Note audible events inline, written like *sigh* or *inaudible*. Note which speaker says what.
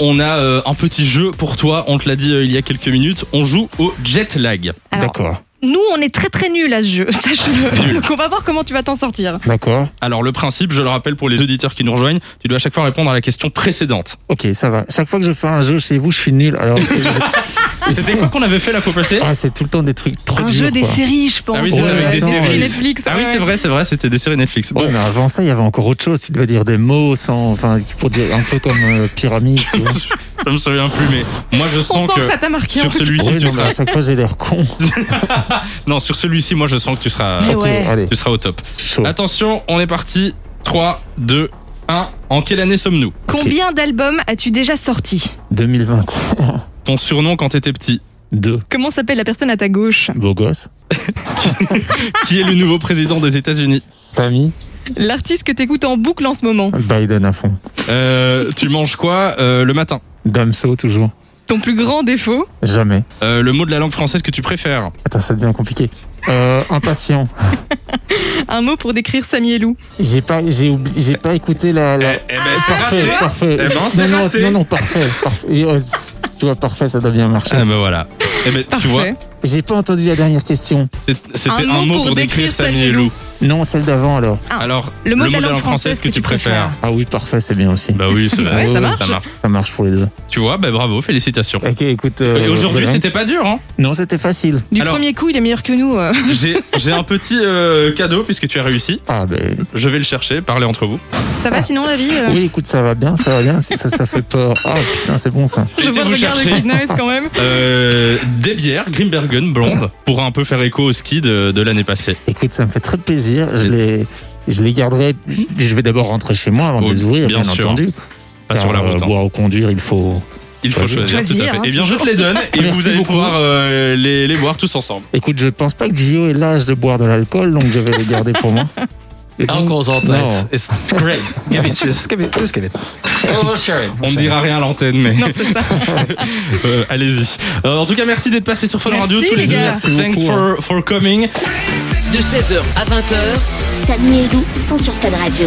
Speaker 1: On a euh, un petit jeu pour toi, on te l'a dit euh, il y a quelques minutes, on joue au jet lag.
Speaker 2: Alors,
Speaker 3: D'accord,
Speaker 2: Nous, on est très très nuls à ce jeu, *laughs* sache-le. Donc on va voir comment tu vas t'en sortir.
Speaker 3: d'accord.
Speaker 1: Alors le principe, je le rappelle pour les auditeurs qui nous rejoignent, tu dois à chaque fois répondre à la question précédente.
Speaker 3: Ok, ça va. Chaque fois que je fais un jeu chez vous, je suis nul. Alors,
Speaker 2: *laughs* Ah.
Speaker 1: C'était quoi qu'on avait fait la fois passée
Speaker 3: ah, c'est tout le temps des trucs trop
Speaker 2: Un
Speaker 3: durs.
Speaker 2: jeu des
Speaker 3: quoi.
Speaker 2: séries, je pense.
Speaker 1: Ah oui, c'est
Speaker 3: Ouais, avec des attends, séries. ouais.
Speaker 2: Netflix.
Speaker 1: Ah oui
Speaker 2: ouais.
Speaker 1: c'est vrai, c'est vrai, c'était des séries Netflix.
Speaker 3: Ouais, *laughs*
Speaker 1: Bon,
Speaker 3: mais avant ça, il y avait encore autre chose. Tu devais dire des mots sans, enfin, pour dire un peu comme euh, pyramide. tu vois.
Speaker 1: je me souviens plus, mais moi je
Speaker 2: On
Speaker 1: sens
Speaker 2: sent
Speaker 1: que...
Speaker 2: que ça t'a marqué. un
Speaker 1: Sur
Speaker 2: peu.
Speaker 1: celui-ci,
Speaker 3: Ouais,
Speaker 1: tu
Speaker 3: non, mais à
Speaker 1: seras...
Speaker 3: chaque fois, j'ai l'air con.
Speaker 1: Non, sur celui-ci, moi je sens que tu seras,
Speaker 2: Mais
Speaker 3: ok,
Speaker 2: *laughs* ouais.
Speaker 3: allez,
Speaker 1: tu seras au top.
Speaker 3: je suis chaud.
Speaker 1: Attention, on est parti. 3, 2, 1. En quelle année sommes-nous
Speaker 2: Combien d'albums as-tu déjà sorti
Speaker 3: 2020.
Speaker 1: Ton surnom quand t'étais petit
Speaker 3: Deux.
Speaker 2: Comment s'appelle la personne à ta gauche
Speaker 3: Beau gosse.
Speaker 1: Qui est le nouveau président des États-Unis
Speaker 3: Samy.
Speaker 2: L'artiste que t'écoutes en boucle en ce moment
Speaker 3: Biden à fond.
Speaker 1: Euh, Tu manges quoi euh, le matin
Speaker 3: Damso, toujours.
Speaker 2: Ton plus grand défaut
Speaker 3: Jamais.
Speaker 1: Euh, le mot de la langue française que tu préfères.
Speaker 3: Attends, ça devient compliqué. Euh, impatient.
Speaker 2: Un mot pour décrire Samy et Lou
Speaker 3: J'ai pas, j'ai oublié, j'ai pas écouté la, la,
Speaker 1: ben,
Speaker 2: Ah,
Speaker 3: Parfait, parfait.
Speaker 1: Eh ben, c'est
Speaker 3: non, non,
Speaker 1: raté.
Speaker 3: non, non, parfait. parfait. Et, euh, tu vois, parfait, ça doit bien marcher.
Speaker 1: Ah ben voilà. Eh ben, tu
Speaker 2: Parfait.
Speaker 1: vois,
Speaker 3: J'ai pas entendu la dernière question.
Speaker 1: c'est- c'était un, mot pour, décrire Samy et Lou.
Speaker 3: Non, celle d'avant alors.
Speaker 1: Alors,
Speaker 2: le mot de la langue française que tu préfères.
Speaker 3: Ah oui, parfait, c'est bien aussi.
Speaker 1: Bah oui, c'est
Speaker 2: Ouais, ça marche.
Speaker 3: Ça marche pour les deux.
Speaker 1: Tu vois, ben bravo, félicitations.
Speaker 3: Ok, écoute. euh,
Speaker 1: Et aujourd'hui,
Speaker 3: Belen.
Speaker 1: c'était pas dur, hein
Speaker 3: Non, c'était facile.
Speaker 2: Du
Speaker 1: Alors-
Speaker 2: premier coup, il est meilleur que nous. euh.
Speaker 1: J'ai j'ai un petit euh, cadeau puisque tu as réussi.
Speaker 3: Ah ben.
Speaker 1: Je vais le chercher, parler entre vous.
Speaker 2: Ça va sinon la vie euh
Speaker 3: Oui, écoute, ça va bien, ça va bien. Ça, ça fait peur. Ah putain, c'est bon ça.
Speaker 2: Je
Speaker 1: J'ai été
Speaker 2: vois le
Speaker 1: vous
Speaker 2: regard de
Speaker 1: chercher.
Speaker 2: Quick Noise quand même.
Speaker 1: Euh, des bières Grimbergen blonde pour un peu faire écho au ski de, de l'année passée.
Speaker 3: Écoute, ça me fait très plaisir. Je les, je les garderai. Je vais d'abord rentrer chez moi avant de
Speaker 1: Oh,
Speaker 3: les ouvrir,
Speaker 1: bien
Speaker 3: bien,
Speaker 1: sûr.
Speaker 3: entendu.
Speaker 1: Pas sur la
Speaker 3: Car, euh,
Speaker 1: route. hein.
Speaker 3: boire ou conduire, il faut.
Speaker 1: Il faut
Speaker 3: Choisir.
Speaker 1: choisir, tout à
Speaker 2: Choisir,
Speaker 1: fait.
Speaker 2: hein,
Speaker 1: eh bien, je te les donne et
Speaker 3: Merci
Speaker 1: vous allez
Speaker 3: beaucoup.
Speaker 1: pouvoir euh, les, les boire tous ensemble.
Speaker 3: Écoute, je pense pas que Gio ait l'âge de boire de l'alcool, donc je vais le garder pour moi. Et donc-
Speaker 4: Uncle's all
Speaker 3: No.
Speaker 4: night. It's great. Give it. Just give it. Just give it. Oh, share it.
Speaker 1: On ne dira rien à l'antenne, mais
Speaker 2: Non, c'est ça.
Speaker 1: *laughs* euh, allez-y. Euh, en tout cas, merci d'être passé sur Fun
Speaker 2: Merci,
Speaker 1: Radio tous
Speaker 2: les
Speaker 1: deux.
Speaker 2: gars.
Speaker 3: Merci
Speaker 1: Thanks
Speaker 3: beaucoup. hein.
Speaker 1: for, for coming.
Speaker 5: de 16h à 20h
Speaker 6: Samy et Lou sont sur Fan Radio.